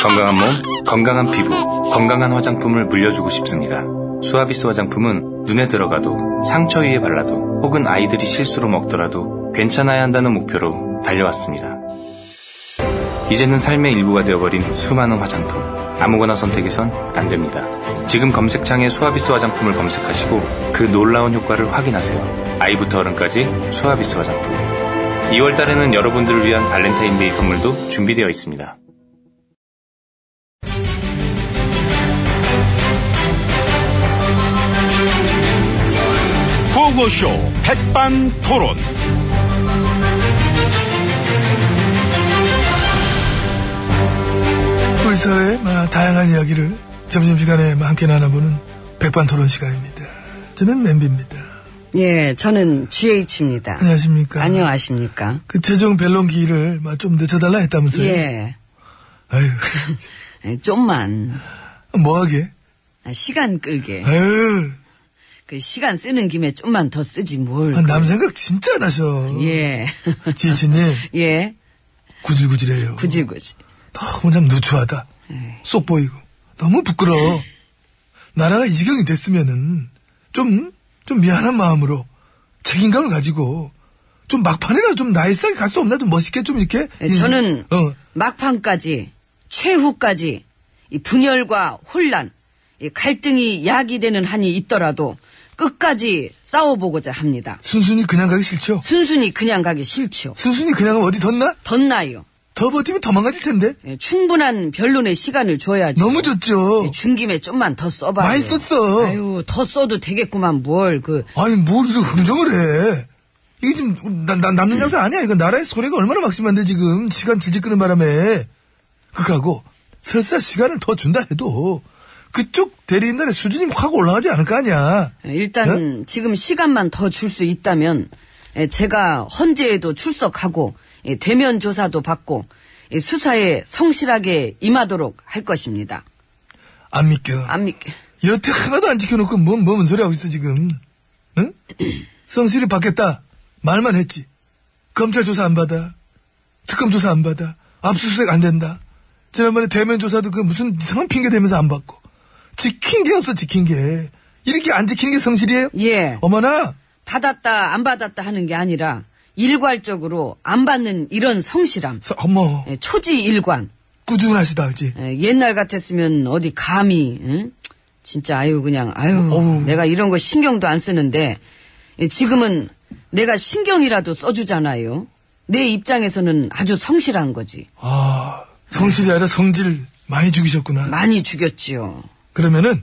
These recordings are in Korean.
건강한 몸, 건강한 피부, 건강한 화장품을 물려주고 싶습니다. 수아비스 화장품은 눈에 들어가도 상처 위에 발라도 혹은 아이들이 실수로 먹더라도 괜찮아야 한다는 목표로 달려왔습니다. 이제는 삶의 일부가 되어버린 수많은 화장품. 아무거나 선택해선 안 됩니다. 지금 검색창에 수아비스 화장품을 검색하시고 그 놀라운 효과를 확인하세요. 아이부터 어른까지 수아비스 화장품. 2월 달에는 여러분들을 위한 발렌타인데이 선물도 준비되어 있습니다. 구호쇼 백반 토론. 우리 사회의 마, 다양한 이야기를 점심시간에 마, 함께 나눠보는 백반토론 시간입니다. 저는 냄비입니다. 예, 저는 GH입니다. 안녕하십니까? 안녕하십니까? 그 최종 벨론 기일을 마, 좀 늦춰달라 했다면서요? 예, 아유, 좀만 뭐하게? 아, 시간 끌게. 네. 아유, 그 시간 쓰는 김에 좀만 더 쓰지 뭘. 아, 남 생각 진짜 나셔. 예, 지혜진님, 예, 구질구질해요. 구질구질. 너무 참 누추하다. 쏙 보이고. 너무 부끄러워. 나라가 이 지경이 됐으면은, 좀, 좀 미안한 마음으로, 책임감을 가지고, 좀 막판이라 좀 나이스하게 갈 수 없나? 좀 멋있게 좀 이렇게? 예, 이- 저는 어. 막판까지 최후까지 이 분열과 혼란, 이 갈등이 약이 되는 한이 있더라도 끝까지 싸워보고자 합니다. 순순히 그냥 가기 싫죠? 순순히 그냥 가기 싫죠. 순순히 그냥 가면 어디 덧나? 덧나요. 더 버티면 더 망가질 텐데? 예, 충분한 변론의 시간을 줘야죠. 너무 좋죠? 중김에 좀만 더 써봐. 많이 썼어. 아유, 더 써도 되겠구만, 뭘, 그. 아니, 뭘 이렇게 흥정을 해. 이게 지금, 나, 나- 남는 장사 아니야. 이거 나라의 소리가 얼마나 막심한데, 지금. 시간 질질 끄는 바람에. 그거하고, 설사 시간을 더 준다 해도, 그쪽 대리인단의 수준이 확 올라가지 않을 거 아니야. 예. 일단, 네? 지금 시간만 더 줄 수 있다면, 예, 제가 헌재에도 출석하고, 예, 대면 조사도 받고, 예, 수사에 성실하게 임하도록 할 것입니다. 안 믿겨. 안 믿게. 여태 하나도 안 지켜놓고, 뭔, 뭔 소리 하고 있어, 지금. 응? 성실히 받겠다. 말만 했지. 검찰 조사 안 받아. 특검 조사 안 받아. 압수수색 안 된다. 지난번에 대면 조사도 그 무슨 이상한 핑계 대면서 안 받고. 지킨 게 없어, 지킨 게. 이렇게 안 지키는 게 성실이에요? 예. 어머나! 받았다, 안 받았다 하는 게 아니라, 일괄적으로 안 받는 이런 성실함. 서- 어머, 예, 초지 일관. 꾸준하시다, 그지? 예, 옛날 같았으면 어디 감히 응? 진짜 아유 그냥 아유 어우. 내가 이런 거 신경도 안 쓰는데 예, 지금은 내가 신경이라도 써주잖아요. 내 입장에서는 아주 성실한 거지. 아, 성실이 예. 아니라 성질 많이 죽이셨구나. 많이 죽였지요. 그러면은,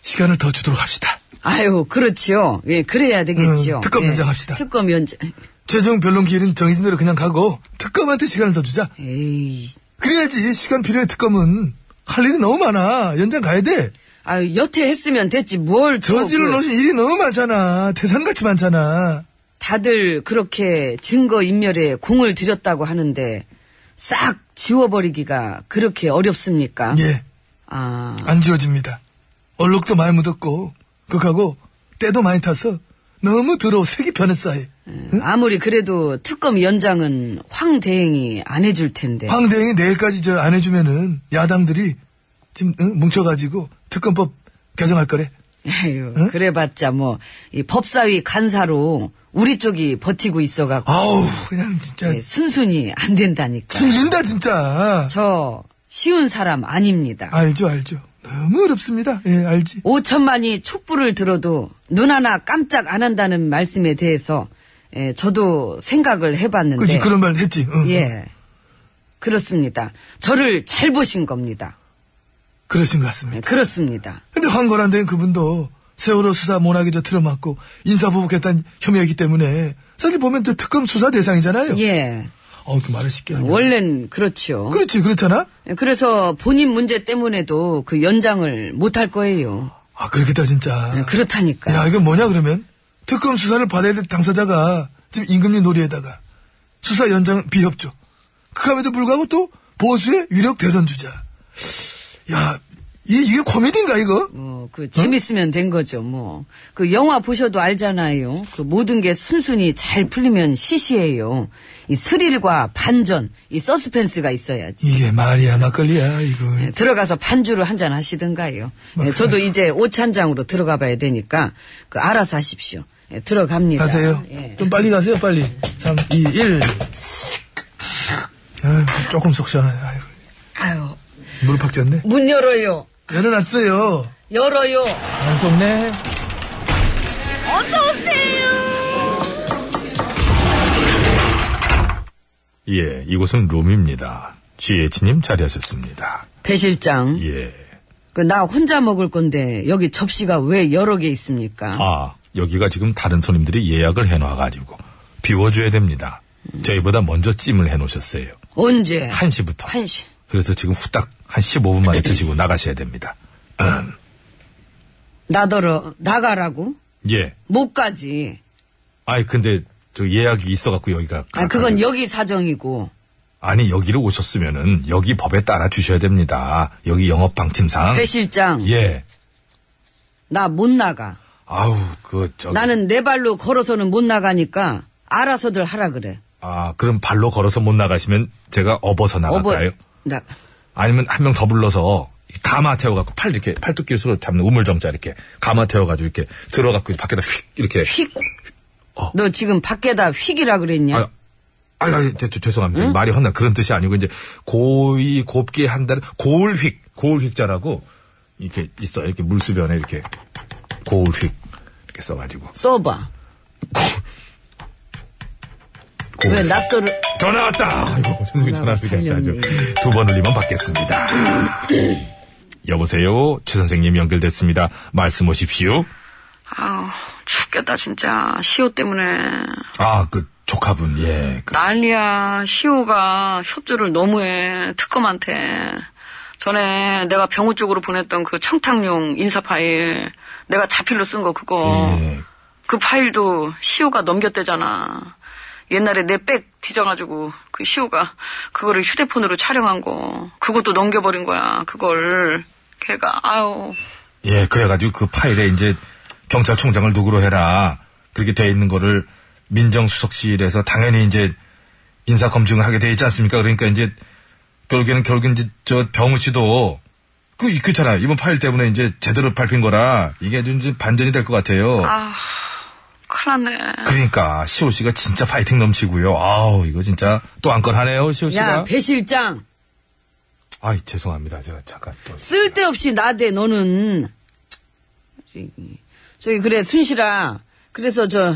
시간을 더 주도록 합시다. 아유 그렇지요. 예 그래야 되겠지요. 음, 특검 예, 연장합시다. 특검 연장. 최종 변론 기일은 정해진 대로 그냥 가고, 특검한테 시간을 더 주자. 에이 그래야지, 시간 필요해, 특검은. 할 일이 너무 많아. 연장 가야 돼. 아유 여태 했으면 됐지 뭘. 또 저지를 그- 놓으신 일이 너무 많잖아. 태산같이 많잖아. 다들 그렇게 증거 인멸에 공을 들였다고 하는데 싹 지워버리기가 그렇게 어렵습니까? 예, 아, 안 지워집니다. 얼룩도 많이 묻었고, 그거하고, 때도 많이 타서, 너무 더러워. 색이 변했어, 아예. 음, 아무리 그래도 특검 연장은 황 대행이 안 해줄 텐데. 황대행이 내일까지 저 안 해주면은, 야당들이 지금, 응? 뭉쳐가지고, 특검법 개정할 거래. 에휴, 응? 그래봤자 뭐, 이 법사위 간사로 우리 쪽이 버티고 있어갖고, 아우, 그냥 진짜, 예, 순순히 안 된다니까. 질린다, 진짜. 저, 쉬운 사람 아닙니다. 예. 알죠, 알죠. 너무 어렵습니다. 예, 알지. 오천만이 촛불을 들어도 눈 하나 깜짝 안 한다는 말씀에 대해서, 예, 저도 생각을 해봤는데. 그지 그런 말 했지. 어, 응. 네. 예. 그렇습니다. 저를 잘 보신 겁니다. 그러신 것 예, 같습니다. 그렇습니다. 근데 황건한 데는 그분도 세월호 수사 모나게 저 틀어맞고 인사보복했다는 혐의이기 때문에 사실 보면 저 특검 수사 대상이잖아요. 예. 어, 그 말을 쉽게 하네. 원래는 그렇죠. 그렇지, 그렇잖아? 그래서 본인 문제 때문에도 그 연장을 못 할 거예요. 아, 그렇겠다, 진짜. 음, 그러니까. 그렇다니까. 야, 이건 뭐냐, 그러면? 특검 수사를 받아야 될 당사자가 지금 임금리 놀이에다가 수사 연장 비협조. 그감에도 불구하고 또 보수의 유력 대선 주자. 야, 이, 이게 코미디인가, 이거? 뭐, 그, 재밌으면 된 거죠, 뭐. 그, 영화 보셔도 알잖아요. 그, 모든 게 순순히 잘 풀리면 시시해요. 이 스릴과 반전, 이 서스펜스가 있어야지. 이게 말이야, 막걸리야, 이거. 예, 들어가서 반주를 한잔 하시든가요. 뭐, 예, 저도 이제 오찬장으로 들어가 봐야 되니까, 그, 알아서 하십시오. 예, 들어갑니다. 가세요. 예. 좀 빨리 가세요, 빨리. 3, 2, 1. 아 조금 속 시원하네. 아이고, 아유, 무릎 박졌네. 문 열어요. 열어놨어요. 열어요. 안 속네. 예, 이곳은 룸입니다. GH님 자리하셨습니다. 배 실장. 예. 그, 나 혼자 먹을 건데, 여기 접시가 왜 여러 개 있습니까? 아, 여기가 지금 다른 손님들이 예약을 해놔가지고 비워줘야 됩니다. 저희보다 먼저 찜을 해놓으셨어요. 언제? 1시부터. 한 시. 그래서 지금 후딱 한 15분 만에 드시고 나가셔야 됩니다. 음, 나더러, 나가라고? 예. 못 가지. 아이, 근데 저 예약이 있어갖고 여기가. 아, 그건 여기 사정이고. 아니, 여기로 오셨으면은 여기 법에 따라 주셔야 됩니다. 여기 영업 방침상. 배 실장, 아, 예. 나 못 나가. 아우, 그, 저기. 나는 내 발로 걸어서는 못 나가니까 알아서들 하라 그래. 아, 그럼 발로 걸어서 못 나가시면 제가 업어서 아, 나갈까요? 나, 아니면 한 명 더 불러서 가마 태워갖고 팔 이렇게 팔뚝끼리 서로 잡는 우물정자 이렇게 가마 태워가지고 이렇게 들어갖고 밖에다 휙 이렇게 휙. 너 지금 밖에다 휙이라 그랬냐? 어. 아유, 아유, 아유, 저, 저, 죄송합니다. 말이 헛나 그런 뜻이 아니고 이제 고이 곱게 한다는 고울휙 고울휙자라고 이렇게 있어 이렇게 물수변에 이렇게 고울휙 이렇게 써가지고 써봐. 왜 고울휙. 낙서를. 전화 왔다. 아이고, 죄송해요. 전화 왔으니까 살렸네. 두번 울리면 받겠습니다. 여보세요. 최 선생님 연결됐습니다. 말씀 오십시오. 아우, 죽겠다, 진짜. 시호 때문에. 아, 그 조카분. 예. 그, 난리야. 시호가 협조를 너무해. 특검한테. 전에 내가 병우 쪽으로 보냈던 그 청탁용 인사 파일. 내가 자필로 쓴 거 그거. 예. 그 파일도 시호가 넘겼대잖아. 옛날에 내 백 뒤져가지고 그 시호가 그거를 휴대폰으로 촬영한 거 그것도 넘겨버린 거야 그걸 걔가 아우 예, 그래가지고 그 파일에 이제 경찰총장을 누구로 해라. 그렇게 돼 있는 거를 민정수석실에서 당연히 이제 인사검증을 하게 돼 있지 않습니까? 그러니까 이제 결국에는 결국 이제 저 병우 씨도 그, 그렇잖아. 이번 파일 때문에 이제 제대로 밟힌 거라 이게 좀 이제 반전이 될 것 같아요. 큰일 났네 그러니까 시호 씨가 진짜 파이팅 넘치고요. 아우 이거 진짜 또 안 건 하네요 시호 씨가. 야 배 실장 아이 죄송합니다 제가 잠깐 또. 쓸데없이 나대 너는 저기, 저기 그래 순실아 그래서 저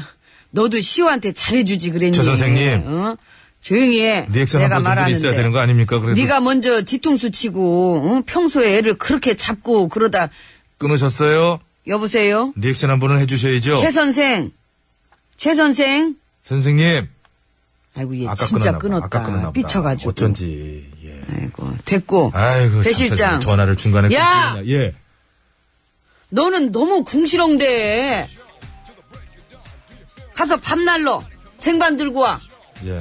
너도 시호한테 잘해주지 그랬니 조 선생님. 네 어? 조용히 해 리액션 내가 한번 눈물이 있어야 말하는데 되는 거 아닙니까? 그래도 네가 먼저 뒤통수 치고 응? 평소에 애를 그렇게 잡고 그러다 끊으셨어요. 여보세요? 리액션 한 번은 해주셔야죠. 최 선생. 최 선생. 선생님. 아이고 얘 아까 진짜 끊었나 끊었다. 봐. 아까 끊었나 보다. 삐쳐가지고. 어쩐지. 예. 아이고 됐고. 아이고 배 참, 실장. 참, 전화를 중간에 야! 끊기나. 예. 너는 너무 궁시렁대. 가서 밤날로 쟁반 들고 와. 예.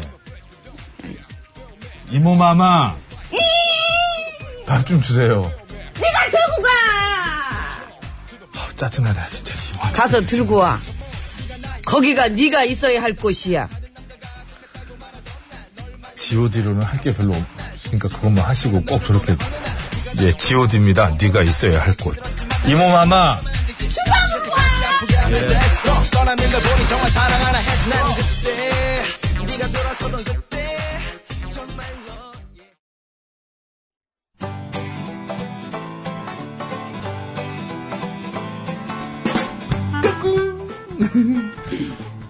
이모 마마. 밥 좀 주세요. 네가 들고 가. 아, 짜증나다 진짜. 이모. 가서 들고 와. 거기가 네가 있어야 할 곳이야. GOD로는 할 게 별로 없, 그러니까 그것만 하시고 꼭 저렇게 예 GOD입니다. 네가 있어야 할 곳. 이모 마마.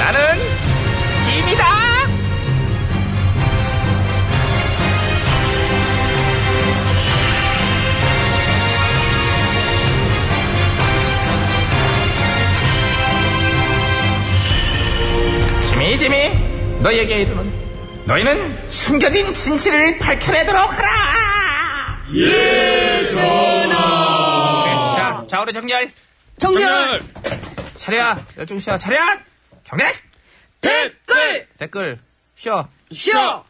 나는 짐이다. 짐이 짐이 너에게 이르는 너희는 숨겨진 진실을 밝혀내도록 하라. 예 전하. 자, 자 우리 정렬. 정렬! 차렷 열중 쉬어 차렷 경례 댓글! 댓글 쉬어 쇼!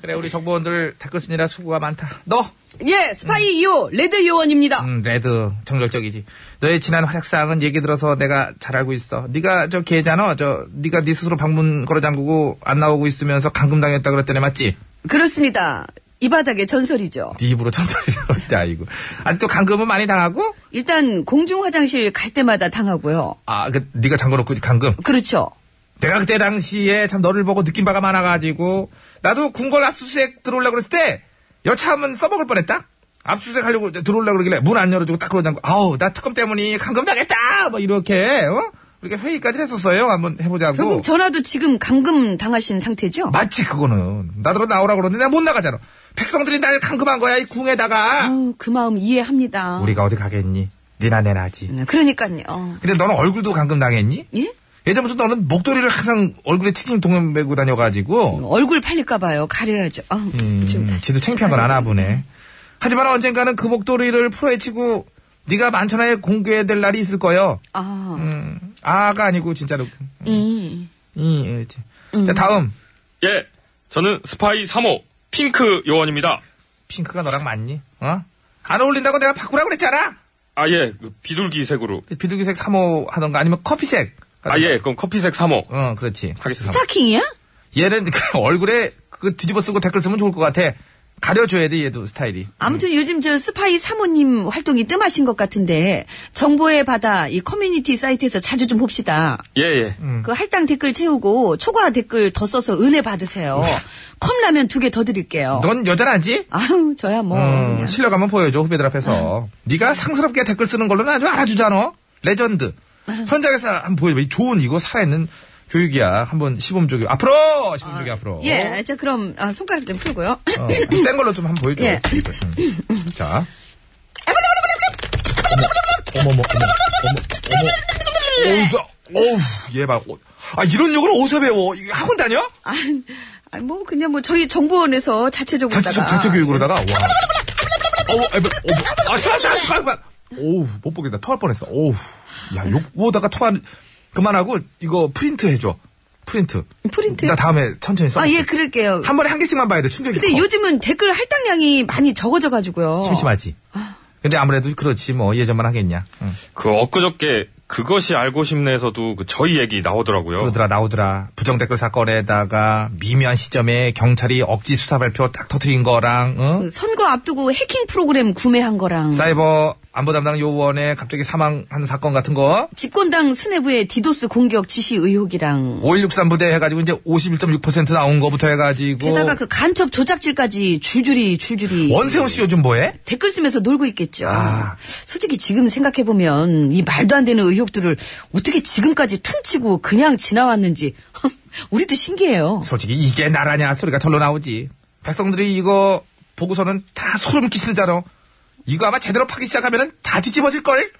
그래 우리 정보원들 댓글 쓰느라 수고가 많다 너 예, 스파이 2호, 레드 요원입니다. 음, 레드 정열적이지 너의 지난 활약상은 얘기 들어서 내가 잘 알고 있어 네가 저 계좌너 저 네가 네 스스로 방문 걸어 잠그고 안 나오고 있으면서 감금당했다 그랬더니 맞지 그렇습니다. 이 바닥의 전설이죠. 네 입으로 천설이라고 할때 아이고 아직도 감금은 많이 당하고 일단 공중 화장실 갈 때마다 당하고요. 아그 네가 잠궈놓고 감금 그렇죠. 내가 그때 당시에 참 너를 보고 느낀 바가 많아가지고 나도 궁궐 압수수색 들어오려고 그랬을 때 여차하면 써먹을 뻔했다 압수수색 하려고 들어오려고 그러길래 문 안 열어주고 딱 그러고 아우 나 특검 때문에 감금당했다 뭐 이렇게 어? 이렇게 회의까지 했었어요 한번 해보자고 결국 전화도 지금 감금 당하신 상태죠? 맞지 그거는 나더러 나오라 그러는데 내가 못 나가잖아 백성들이 날 감금한 거야 이 궁에다가 아우, 그 마음 이해합니다. 우리가 어디 가겠니 니나 내나지 음, 그러니까요. 근데 너는 얼굴도 감금당했니? 예? 예전부터 너는 목도리를 항상 얼굴에 칭칭 동동 메고 다녀가지고 얼굴 팔릴까봐요. 가려야죠. 아, 음, 지도 창피한 건 아나 보네. 하지만 언젠가는 그 목도리를 풀어헤치고 네가 만천하에 공개될 날이 있을 거요. 아, 음, 아가 아니고 진짜로. 음. 이, 그렇지. 자 다음 예, 저는 스파이 3호 핑크 요원입니다. 핑크가 너랑 맞니? 어? 안 어울린다고 내가 바꾸라고 그랬잖아. 아 예, 그 비둘기색으로. 비둘기색 3호 하던가 아니면 커피색. 아 예, 그럼 커피색 3호 어 그렇지. 하겠습니다. 스타킹이야? 얘는 그 얼굴에 그 뒤집어 쓰고 댓글 쓰면 좋을 것 같아. 가려줘야 돼 얘도 스타일이. 아무튼 요즘 저 스파이 사모님 활동이 뜸하신 것 같은데 정보의 바다 이 커뮤니티 사이트에서 자주 좀 봅시다. 예 예. 음. 그 할당 댓글 채우고 초과 댓글 더 써서 은혜 네. 받으세요. 컵라면 두 개 더 드릴게요. 넌 여자라지? 아우 저야 뭐 음, 그냥. 실력 한번 보여줘 후배들 앞에서 네가 상스럽게 댓글 쓰는 걸로는 아주 알아주잖아 레전드 현장에서 한번 보여줘 이 좋은 이거 살아있는 교육이야 한번 시범조교 앞으로 시범조교 앞으로 예, 자 그럼 아, 손가락 좀 풀고요. 어, 센 걸로 좀 한번 보여줘 예. 음. 자 어머 어머 어머 어머 어머 어우 얘봐아 이런 욕을 어디서 배워 이거 학원 다녀? 아, 아니, 뭐 그냥 뭐 저희 정보원에서 자체적으로 자체, 자체 교육으로다가 와. 어머, 에베, 어머, 아, 샤, 샤, 샤, 그만. 오우, 못 보겠다. 토할 뻔했어. 오우. 야, 욕 보다가 토할, 그만하고, 이거 프린트 해줘. 프린트. 프린트? 나 다음에 천천히 써. 아 예 그럴게요. 한 번에 한 개씩만 봐야 돼. 충격이 근데 커. 요즘은 댓글 할당량이 많이 적어져가지고요. 어. 심심하지. 근데 아무래도 그렇지, 뭐, 예전만 하겠냐. 응. 그 엊그저께 그것이 알고 싶네에서도 그 저희 얘기 나오더라고요. 그러더라, 나오더라. 부정 댓글 사건에다가 미묘한 시점에 경찰이 억지 수사 발표 딱 터트린 거랑, 응? 그 선거 앞두고 해킹 프로그램 구매한 거랑 사이버 안보 담당 요원의 갑자기 사망한 사건 같은 거. 집권당 수뇌부의 디도스 공격 지시 어, 뭐. 의혹이랑 5163 부대 해가지고 이제 51.6% 나온 거부터 해가지고 게다가 그 간첩 조작질까지 줄줄이 줄줄이 원세훈 씨 요즘 뭐해? 댓글 쓰면서 놀고 있겠죠. 아. 솔직히 지금 생각해 보면 이 말도 안 되는 의혹들을 어떻게 지금까지 퉁치고 그냥 지나왔는지 우리도 신기해요. 솔직히 이게 나라냐 소리가 절로 나오지. 백성들이 이거 보고서는 다 소름 끼치잖아. 이거 아마 제대로 파기 시작하면은 다 뒤집어질 걸.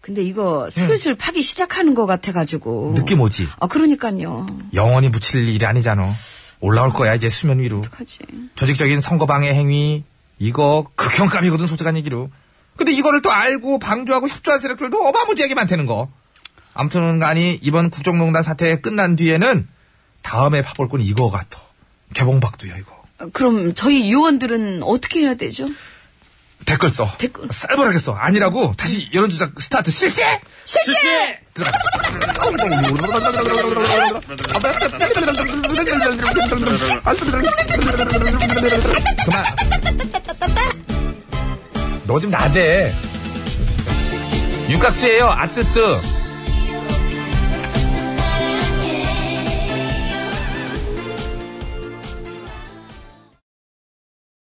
근데 이거 슬슬 파기 시작하는 것 같아가지고 예. 느낌 오지. 아 그러니까요. 영원히 묻힐 일이 아니잖아. 올라올 거야 이제 수면 위로. 하지. 조직적인 선거 방해 행위 이거 극형감이거든 솔직한 얘기로. 근데 이거를 또 알고 방조하고 협조한 세력들도 어마무지하게 많다는 거. 아무튼 간에 이번 국정농단 사태 끝난 뒤에는 다음에 파볼꾼 이거 같아. 개봉박두야 이거. 그럼 저희 요원들은 어떻게 해야 되죠? 댓글 써. 댓글. 쌀벌하게 써. 아니라고 다시 여론조작 스타트 실시! 실시! 들어가. 그만. 너 지금 나대. 육각수예요. 아뜨뜨.